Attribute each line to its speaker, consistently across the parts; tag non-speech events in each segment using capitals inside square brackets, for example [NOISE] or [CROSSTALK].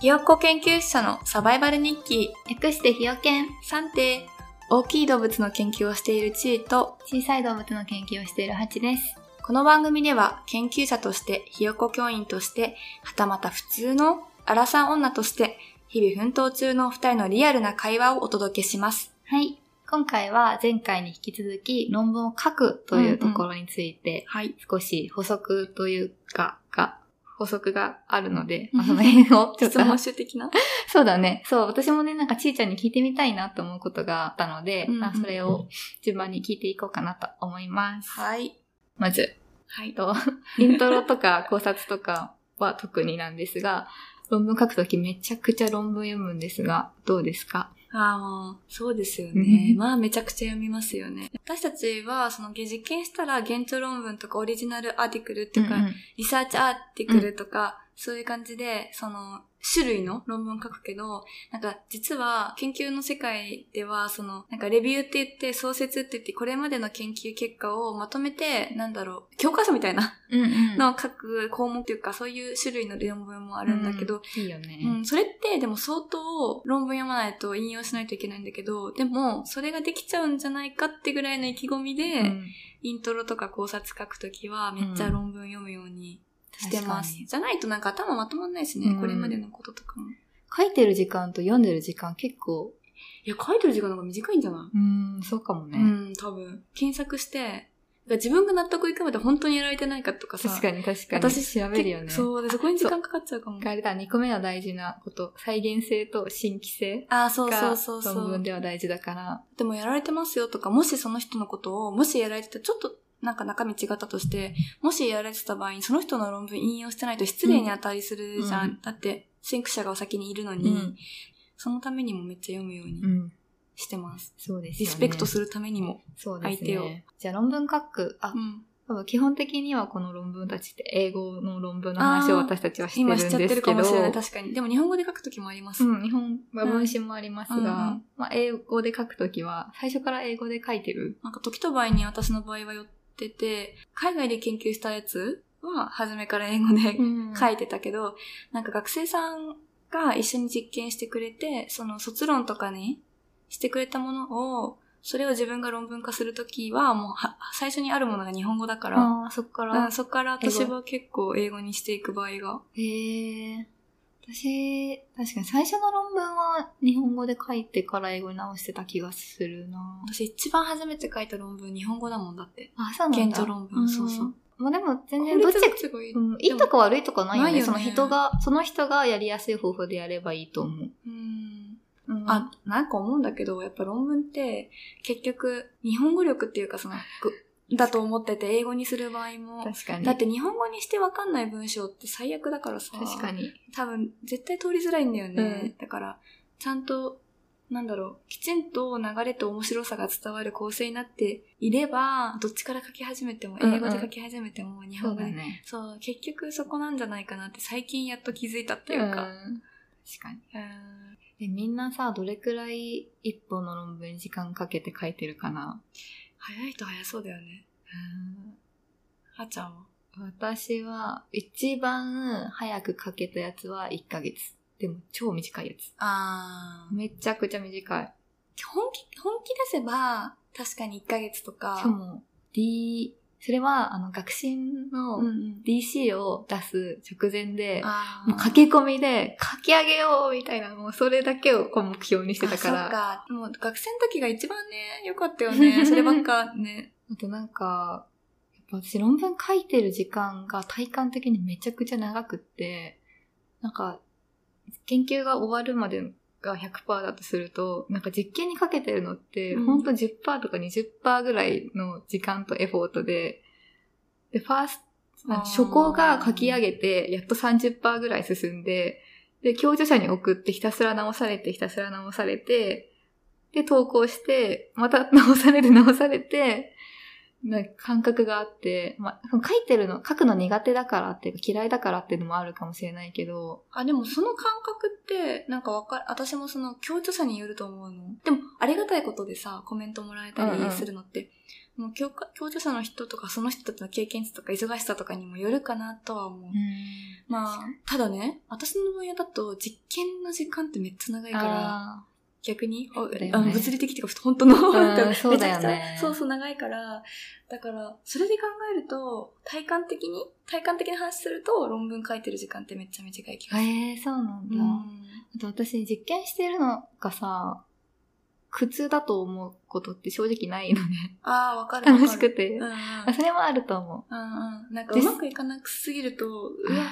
Speaker 1: ひよっこ研究者のサバイバル日記
Speaker 2: 略してひよけん。
Speaker 1: 3点大きい動物の研究をしているチーと
Speaker 2: 小さい動物の研究をしているハチです。
Speaker 1: この番組では研究者としてひよっこ教員としてはたまた普通のアラサー女として日々奮闘中のお二人のリアルな会話をお届けします。
Speaker 2: はい。今回は前回に引き続き論文を書くというところについて
Speaker 1: はい。
Speaker 2: 少し補足というか、が、補足があるので、
Speaker 1: うん
Speaker 2: あの辺をちょっ
Speaker 1: 質
Speaker 2: と。
Speaker 1: 問集的 [LAUGHS] な
Speaker 2: そうだね。そう、私もね、なんかちーちゃんに聞いてみたいなと思うことがあったので、
Speaker 1: うんうん
Speaker 2: あそれを順番に聞いていこうかなと思
Speaker 1: [LAUGHS]
Speaker 2: います。
Speaker 1: はい。
Speaker 2: まず、
Speaker 1: はい。
Speaker 2: と、 [LAUGHS] イントロとか考察とかは特になんですが、論文書くときめちゃくちゃ論文読むんですが、どうですか
Speaker 1: ああ、もう、そうですよ
Speaker 2: う
Speaker 1: ね。
Speaker 2: ん
Speaker 1: まあ、めちゃくちゃ読みますよね。私たちは、その、実験したら、現地論文とか、オリジナルアーティクルとか、リサーチアーティクルとか、そういう感じで、その、種類の論文書くけど、なんか、実は、研究の世界では、その、なんか、レビューって言って、創設って言って、これまでの研究結果をまとめて、なんだろう、教科書みたいな、
Speaker 2: うんうん
Speaker 1: のを書く項目というか、そういう種類の論文もあるんだけど、、
Speaker 2: いいよね。
Speaker 1: うん、それってでも相当論文読まないと引用しないといけないんだけど、でもそれができちゃうんじゃないかってぐらいの意気込みで、
Speaker 2: うん
Speaker 1: イントロとか考察書くときはめっちゃ論文読むようにしてます。
Speaker 2: 確かに
Speaker 1: じゃないとなんか頭まとまんないしね、
Speaker 2: うん
Speaker 1: これまでのこととかも。い
Speaker 2: 書いてる時間と読んでる時間結構、
Speaker 1: や、書いてる時間の方が短いんじゃな
Speaker 2: うん、そうかも
Speaker 1: い、
Speaker 2: ね。
Speaker 1: うん、多分。検索して、だから自分が納得いくまで本当にやられてないかとかさ。
Speaker 2: 確かに確かに。
Speaker 1: 私
Speaker 2: 調べるよね。
Speaker 1: 結構そうで、そこに時間かかっちゃうかも。
Speaker 2: あれだ、2個目の大事なこと。再現性と新規性
Speaker 1: ああ、そうそ
Speaker 2: が
Speaker 1: うそうそう。
Speaker 2: 論文では大事だから。
Speaker 1: でもやられてますよとか、もしその人のことを、もしやられてた、ちょっとなんか中身違ったとして、もしやられてた場合に、その人の論文引用してないと失礼に当たりするじゃん。
Speaker 2: うん
Speaker 1: だって、先駆者がお先にいるのに、そのためにもめっちゃ読むように
Speaker 2: うん。
Speaker 1: してます。
Speaker 2: そうですよ
Speaker 1: リ
Speaker 2: ね。
Speaker 1: スペクトするためにも。
Speaker 2: そうです
Speaker 1: 相手を
Speaker 2: ね。じゃあ論文書く、あ
Speaker 1: う、ん。
Speaker 2: 多分基本的にはこの論文たちって英語の論文の話を私たちはしてる
Speaker 1: 今
Speaker 2: ん
Speaker 1: しちゃっ
Speaker 2: で
Speaker 1: て
Speaker 2: す
Speaker 1: る
Speaker 2: け
Speaker 1: か
Speaker 2: ど
Speaker 1: もしれない。確かに。でも日本語で書くときもあります。
Speaker 2: うん、日本は文集もありますが、
Speaker 1: うんうん
Speaker 2: まあ、英語で書くときは最初から英語で書いてる。
Speaker 1: なんか時と場合に私の場合は寄ってて、海外で研究したやつは、初めから英語で書いてたけど、なんか学生さんが一緒に実験してくれて、その卒論とかにしてくれたものを、それを自分が論文化するときは、もうは最初にあるものが日本語だから、
Speaker 2: ああ、そっか
Speaker 1: う
Speaker 2: ら
Speaker 1: ん、。そこから私は結構英語にしていく場合が。
Speaker 2: へえ。私、確かに最初の論文は日本語で書いてから英語に直してた気がするな
Speaker 1: 私一番初めて書いた論文、日本語だもんだって。
Speaker 2: あ、そうなんだ。
Speaker 1: 現状論文、そうそう。。
Speaker 2: まあでも全
Speaker 1: 全
Speaker 2: 然ど
Speaker 1: 然
Speaker 2: っちが
Speaker 1: ちがいい。
Speaker 2: うん、いいとか悪いとかないよね
Speaker 1: ないよね
Speaker 2: その人が、その人がやりやすい方法でやればいいと思う。
Speaker 1: うん
Speaker 2: うん
Speaker 1: あ、なんか思うんだけど、やっぱ論文って、結局、日本語力っていうかその、ぐだと思ってて、英語にする場合も。
Speaker 2: 確かに。
Speaker 1: だって日本語にしてわかんない文章って最悪だからさ。
Speaker 2: 確かに。
Speaker 1: 多分、絶対通りづらいんだよね。
Speaker 2: うん
Speaker 1: だから、ちゃんと、なんだろう、きちんと流れと面白さが伝わる構成になっていれば、どっちから書き始めても、
Speaker 2: うんうん
Speaker 1: 英語で書き始めても、日本語で。
Speaker 2: ね。
Speaker 1: そう、結局そこなんじゃないかなって最近やっと気づいたって
Speaker 2: てい
Speaker 1: いうう
Speaker 2: か。
Speaker 1: か。
Speaker 2: 確かに。
Speaker 1: うん
Speaker 2: で、みんなさ、どれくらい一本の論文に時間かけて書いてるかな
Speaker 1: 早いと早そうだよね。あーちゃんは
Speaker 2: 私は、一番早く書けたやつは1ヶ月。でも、超短いやつ。
Speaker 1: あ
Speaker 2: めちゃくちゃ短い。
Speaker 1: 本気、本気出せば、確かに1ヶ月とか。
Speaker 2: しかも、D、それは、あの、学信
Speaker 1: うんう
Speaker 2: の
Speaker 1: ん。
Speaker 2: DC を出す直前で、
Speaker 1: あー
Speaker 2: もう駆け込みで、書き上げようみたいな、もうそれだけをこう目標にしてたから。
Speaker 1: あそっか。もう学生の時が一番ね、良かったよ
Speaker 2: [LAUGHS]
Speaker 1: ね。そればっかね。
Speaker 2: あとなんか、やっぱ私論文書いてる時間が体感的にめちゃくちゃ長くって、なんか、研究が終わるまでが100%だとすると、なんか実験にかけてるのって、
Speaker 1: うん
Speaker 2: ほんと10%とか20%ぐらいの時間とエフォートで、で、ファースト、
Speaker 1: あー
Speaker 2: 初稿が書き上げて、やっと30%ぐらい進んで、で、教助者に送ってひたすら直されて、ひたすら直されて、で、投稿して、また直されて、直されて、な感覚があって、まあ、その書いてるの、書くの苦手だからっていうか嫌いだからっていうのもあるかもしれないけど、
Speaker 1: あ、でもその感覚って、なんかわかる、私もその強著者によると思うの。でも、ありがたいことでさ、コメントもらえた
Speaker 2: うんうん
Speaker 1: りするのって、もう強化強著者の人とか、その人との経験値とか、忙しさとかにもよるかなとは思う。まあ、ただね、私の分野だと、実験の時間ってめっちゃ長いから、
Speaker 2: あ
Speaker 1: 逆に、お
Speaker 2: だよね
Speaker 1: あの物理的っていうか、本当の、なんか
Speaker 2: そうだよね
Speaker 1: めちゃくちゃそうそう、長いから、だから、それで考えると、体感的に、体感的な話すると、論文書いてる時間ってめっちゃ短い気
Speaker 2: ー
Speaker 1: がする。
Speaker 2: えー、そうなんだ。あと私、実験してるのがさ、苦痛だと思うことって正直ないのね。
Speaker 1: ああ、わかるわかる。
Speaker 2: 楽しくて
Speaker 1: うん。う。ん
Speaker 2: あそれもあると思
Speaker 1: うんうん。なんか
Speaker 2: で
Speaker 1: う
Speaker 2: す
Speaker 1: まくいかなくすぎると、
Speaker 2: う。
Speaker 1: うわ、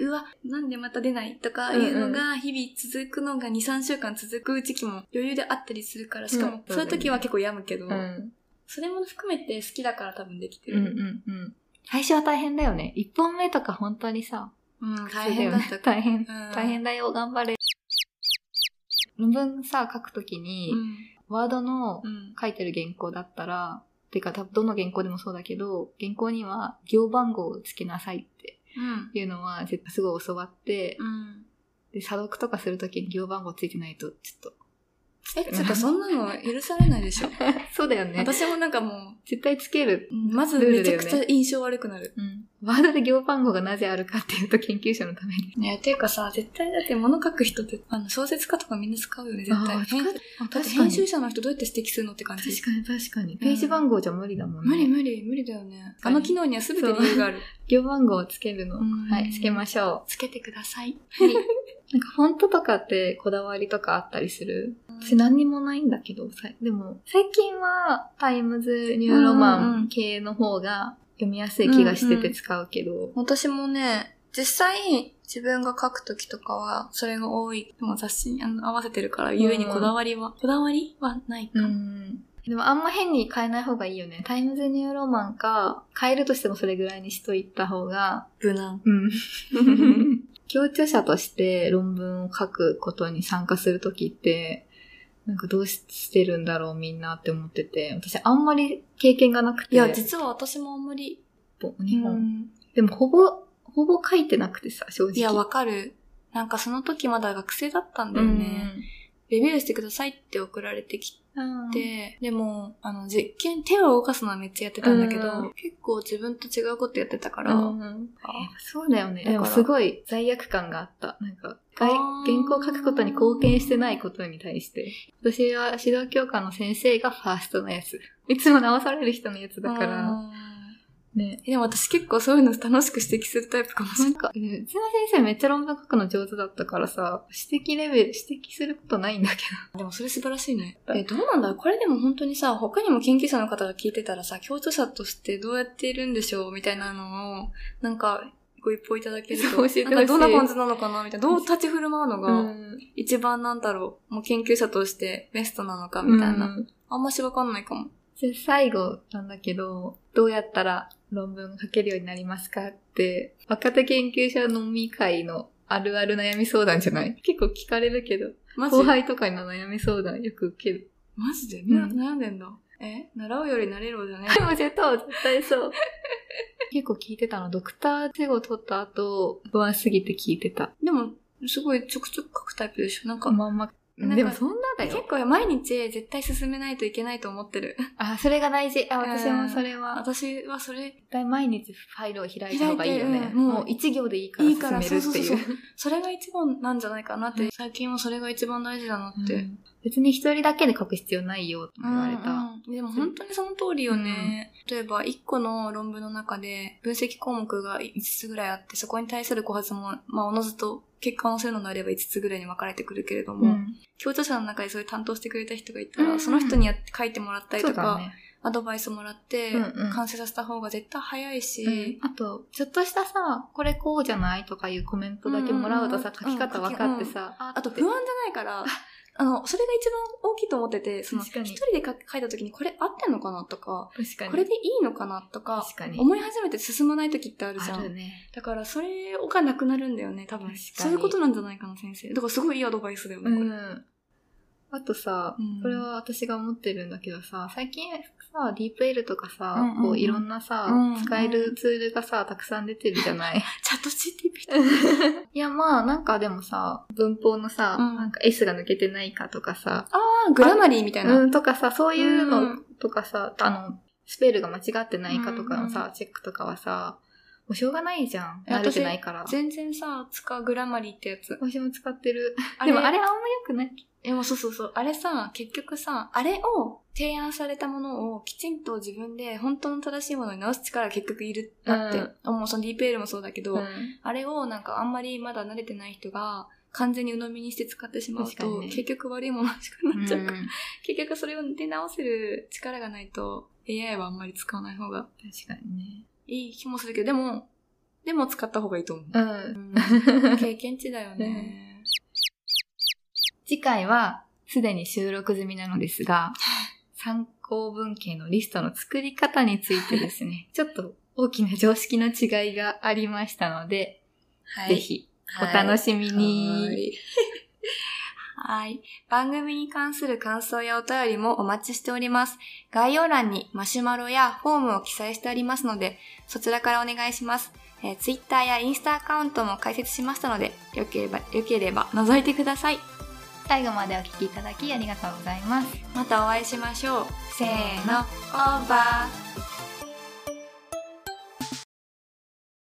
Speaker 1: うわ、なんでまた出ないとかいうのが、日々続くのが2、3週間続く時期も余裕であったりするから、しか
Speaker 2: うん
Speaker 1: も、そういう時は結構病むけど、
Speaker 2: うん。
Speaker 1: それも含めて好きだから多分できて
Speaker 2: うんう
Speaker 1: る。
Speaker 2: んうん。最初は大変だよね。一本目とか本当にさ、
Speaker 1: うん、大変だった
Speaker 2: [LAUGHS] 大変。
Speaker 1: うん
Speaker 2: 大変だよ、頑張れ。論文さ、書くときに、
Speaker 1: うん。
Speaker 2: ワードの
Speaker 1: うん。
Speaker 2: 書いてる原稿だったら、てか多分どの原稿でもそうだけど、原稿には行番号をつけなさいって
Speaker 1: うん。
Speaker 2: いうのは絶対すごい教わって、
Speaker 1: うん。
Speaker 2: で、査読とかするときに行番号ついてないと、ちょっと。
Speaker 1: え、ちょっとそんなの許されないで [LAUGHS] しょ。
Speaker 2: そうだよね。
Speaker 1: 私もなんかも
Speaker 2: 絶対つける。
Speaker 1: う、まずめちゃくちゃ印象悪くなる。
Speaker 2: うん。ワードで行番号がなぜあるかっていうと研究者のために。
Speaker 1: ねていうかさ、絶対だって物書く人って、あの、小説家とかみんな使うよね、絶対。
Speaker 2: あー
Speaker 1: 編
Speaker 2: 使
Speaker 1: だ
Speaker 2: っあ
Speaker 1: って
Speaker 2: 確か
Speaker 1: 編
Speaker 2: に
Speaker 1: 集。者の人どうやって指摘するのって感じ。
Speaker 2: 確かに確かに。ページ番号じゃ無理だもんね。
Speaker 1: 無理無理、無理だよね。あの機能には全て理由がある。
Speaker 2: 行番号をつけるの。
Speaker 1: うん
Speaker 2: はい、つけましょ
Speaker 1: つけてください。
Speaker 2: う。はい。なんかフォントとかってこだわりとかあったりする私何にもないんだけど、さいでも最近はタイムズニューロ
Speaker 1: うん
Speaker 2: マ
Speaker 1: う
Speaker 2: ン
Speaker 1: ん
Speaker 2: 系の方が読みやすい気がしてて使うけど、
Speaker 1: 私もね、実際、自分が書くときとかは、それが多い。でも雑誌にあの合わせてるから、ゆえにこだわりは、こだわりはないか。
Speaker 2: うんでもあんま変に変えない方がいいよね。タイムズニューロマンか、変えるとしてもそれぐらいにしといた方が、
Speaker 1: 無難。
Speaker 2: うん。
Speaker 1: [LAUGHS]
Speaker 2: 協著者として論文を書くことに参加するときって、なんかどうしてるんだろうみんなって思ってて、私あんまり経験がなくて。
Speaker 1: いや、実は私もあんまり、
Speaker 2: 日本、
Speaker 1: うん
Speaker 2: でもほぼ、ほぼ書いてなくてさ、正直。
Speaker 1: いや、わかる。なんかその時まだ学生だったんだ
Speaker 2: う
Speaker 1: よ
Speaker 2: ん
Speaker 1: ね。レビューしてくださいって送られてきて
Speaker 2: うん。
Speaker 1: で、でも、あの、実験、手を動かすのはめっちゃやってたんだけど、
Speaker 2: うん
Speaker 1: 結構自分と違うことやってたか
Speaker 2: う
Speaker 1: ら、
Speaker 2: んやっぱそうだよね。
Speaker 1: だから
Speaker 2: でもすごい罪悪感があった。なんか、外
Speaker 1: あー
Speaker 2: 原稿書くことに貢献してないことに対して。私は指導教科の先生がファーストのやつ。いつも直される人のやつだか
Speaker 1: う
Speaker 2: ら。
Speaker 1: ん
Speaker 2: ね。
Speaker 1: でも私結構そういうの楽しく指摘するタイプか
Speaker 2: [LAUGHS]
Speaker 1: もしれな
Speaker 2: な
Speaker 1: い。
Speaker 2: んか、うちの先生めっちゃ論文書くの上手だったからさ、指摘レベル、指摘することないんだけ
Speaker 1: でもそれ素晴らしいね。え、どうなんだろうこれでも本当にさ、他にも研究者の方が聞いてたらさ、教著者としてどうやっているんでしょうみたいなのを、なんか、ご一報いただける
Speaker 2: そう
Speaker 1: と、
Speaker 2: 教えてほしい
Speaker 1: なんかどんな感じなのかなみたいな、どう立ち振る舞うの
Speaker 2: ど。
Speaker 1: が、一番なんだろう、もう研究者としてベストなのかみたいな。
Speaker 2: うん
Speaker 1: あんましわかんないかも。
Speaker 2: で最後なんだけど、どうやったら論文書けるようになりますかって、若手研究者飲み会のあるある悩み相談じゃない結構聞かれるけど、
Speaker 1: マジ
Speaker 2: 後輩とかの悩み相談よく受ける。
Speaker 1: マジで、
Speaker 2: うん
Speaker 1: な悩んでんだ。え習うより慣れろじゃね
Speaker 2: でも絶対、絶対そう。結構聞いてたの。ドクター手を取った後、不安すぎて聞いてた。
Speaker 1: でも、すごいちょくちょく書くタイプでしょなんか、
Speaker 2: まんま。
Speaker 1: なんか
Speaker 2: でもそんなだ
Speaker 1: 結
Speaker 2: よ。
Speaker 1: 構毎日絶対進めないといけないと思ってる。
Speaker 2: あ、それが大事。あ、私もそれは。
Speaker 1: 私はそれ、
Speaker 2: 絶対毎日ファイルを開いた方がいいよね
Speaker 1: 開い。てうんもう
Speaker 2: もう一行でいいから
Speaker 1: い
Speaker 2: 進
Speaker 1: いから
Speaker 2: めるってい
Speaker 1: そうそうう。それが一番なんじゃないかなって、最近はそれが一番大事だなって。
Speaker 2: うん別に一人だけで書く必要ないよとも言われた。
Speaker 1: うんうんでも本当にその通りよね。例えば、1個の論文の中で、分析項目が5つぐらいあって、そこに対する考察も、まあ、おのずと結果を載せるのであれば5つぐらいに分かれてくるけれども、
Speaker 2: うん
Speaker 1: 協調者の中でそういう担当してくれた人がいたら、
Speaker 2: うん
Speaker 1: その人にやって書いてもらったり
Speaker 2: そ
Speaker 1: と
Speaker 2: うだ
Speaker 1: か、
Speaker 2: ね。
Speaker 1: アドバイスもらって、
Speaker 2: うんうん
Speaker 1: 完成させた方が絶対早いし、
Speaker 2: うんあと、ちょっとしたさ、これこうじゃないとかいうコメントだけもらうとさ、
Speaker 1: うんうんうん
Speaker 2: 書き方分かってさ、
Speaker 1: あと不安じゃないから、 [LAUGHS] あの、それが一番大きいと思ってて、その、一
Speaker 2: 確か
Speaker 1: 人
Speaker 2: に
Speaker 1: で書書いた時にこれ合ってんのかなとか、
Speaker 2: 確かに。
Speaker 1: これでいいのかなとか、
Speaker 2: 確かに。
Speaker 1: 思い始めて進まない時ってあるじゃ
Speaker 2: あ
Speaker 1: ん。
Speaker 2: るね。
Speaker 1: だからそれがなくなるんだよね、多分
Speaker 2: 確かに。
Speaker 1: そういうことなんじゃないかな、先生。だからすごいいいアドバイスだよね、これ。
Speaker 2: ん。あとさ
Speaker 1: う、ん
Speaker 2: これは私が思ってるんだけどさ、最近さ、ディープ L とかさ、
Speaker 1: うんうんうん
Speaker 2: こういろんなさ、
Speaker 1: うん
Speaker 2: 使えるツールがさ、たくさん出てるじゃない。 [LAUGHS]
Speaker 1: チャット GPT。
Speaker 2: いや、まあ、なんかでもさ、文法のさ、
Speaker 1: うん
Speaker 2: なんか S が抜けてないかとかさ、
Speaker 1: あ、グラマリーみたいな。
Speaker 2: うん、とかさ、そうい
Speaker 1: う
Speaker 2: うの
Speaker 1: ん
Speaker 2: とかさ、あの、スペルが間違ってないかとかのさ、
Speaker 1: うん
Speaker 2: チェックとかはさ、もうしょうがないじゃん。
Speaker 1: いや
Speaker 2: 慣れてないから。
Speaker 1: 全然さ、使うグラマリーってやつ。
Speaker 2: 私も使ってる。でもあれあんま良くない。
Speaker 1: でもそうそうそう。あれさ、結局さ、あれを提案されたものをきちんと自分で本当の正しいものに直す力が結局いるなって。もうそのディープエールもそうだけど、
Speaker 2: うん
Speaker 1: あれをなんかあんまりまだ慣れてない人が完全に鵜呑みにして使ってしまう
Speaker 2: 確か
Speaker 1: と、
Speaker 2: にね
Speaker 1: 結局悪いものしか [LAUGHS] なっちゃうから、
Speaker 2: 確
Speaker 1: 結局それを出直せる力がないと AI はあんまり使わない方が
Speaker 2: かにね。
Speaker 1: いい気もするけど、でも、でも使った方がいいと思う。
Speaker 2: うん。
Speaker 1: うん [LAUGHS] 経験値だよね。
Speaker 2: 次回は、すでに収録済みなのですが、参考文献のリストの作り方についてですね、ちょっと大きな常識の違いがありましたので、
Speaker 1: は
Speaker 2: ぜひお楽しみに。
Speaker 1: はい。番組に関する感想やお便りもお待ちしております。概要欄にマシュマロやフォームを記載してありますので、そちらからお願いします。えー、Twitter やインスタアカウントも開設しましたので、よければ、よければ覗いてください。
Speaker 2: 最後までお聞きいただきありがとうございます。
Speaker 1: またお会いしましょう。せーの、オーバー、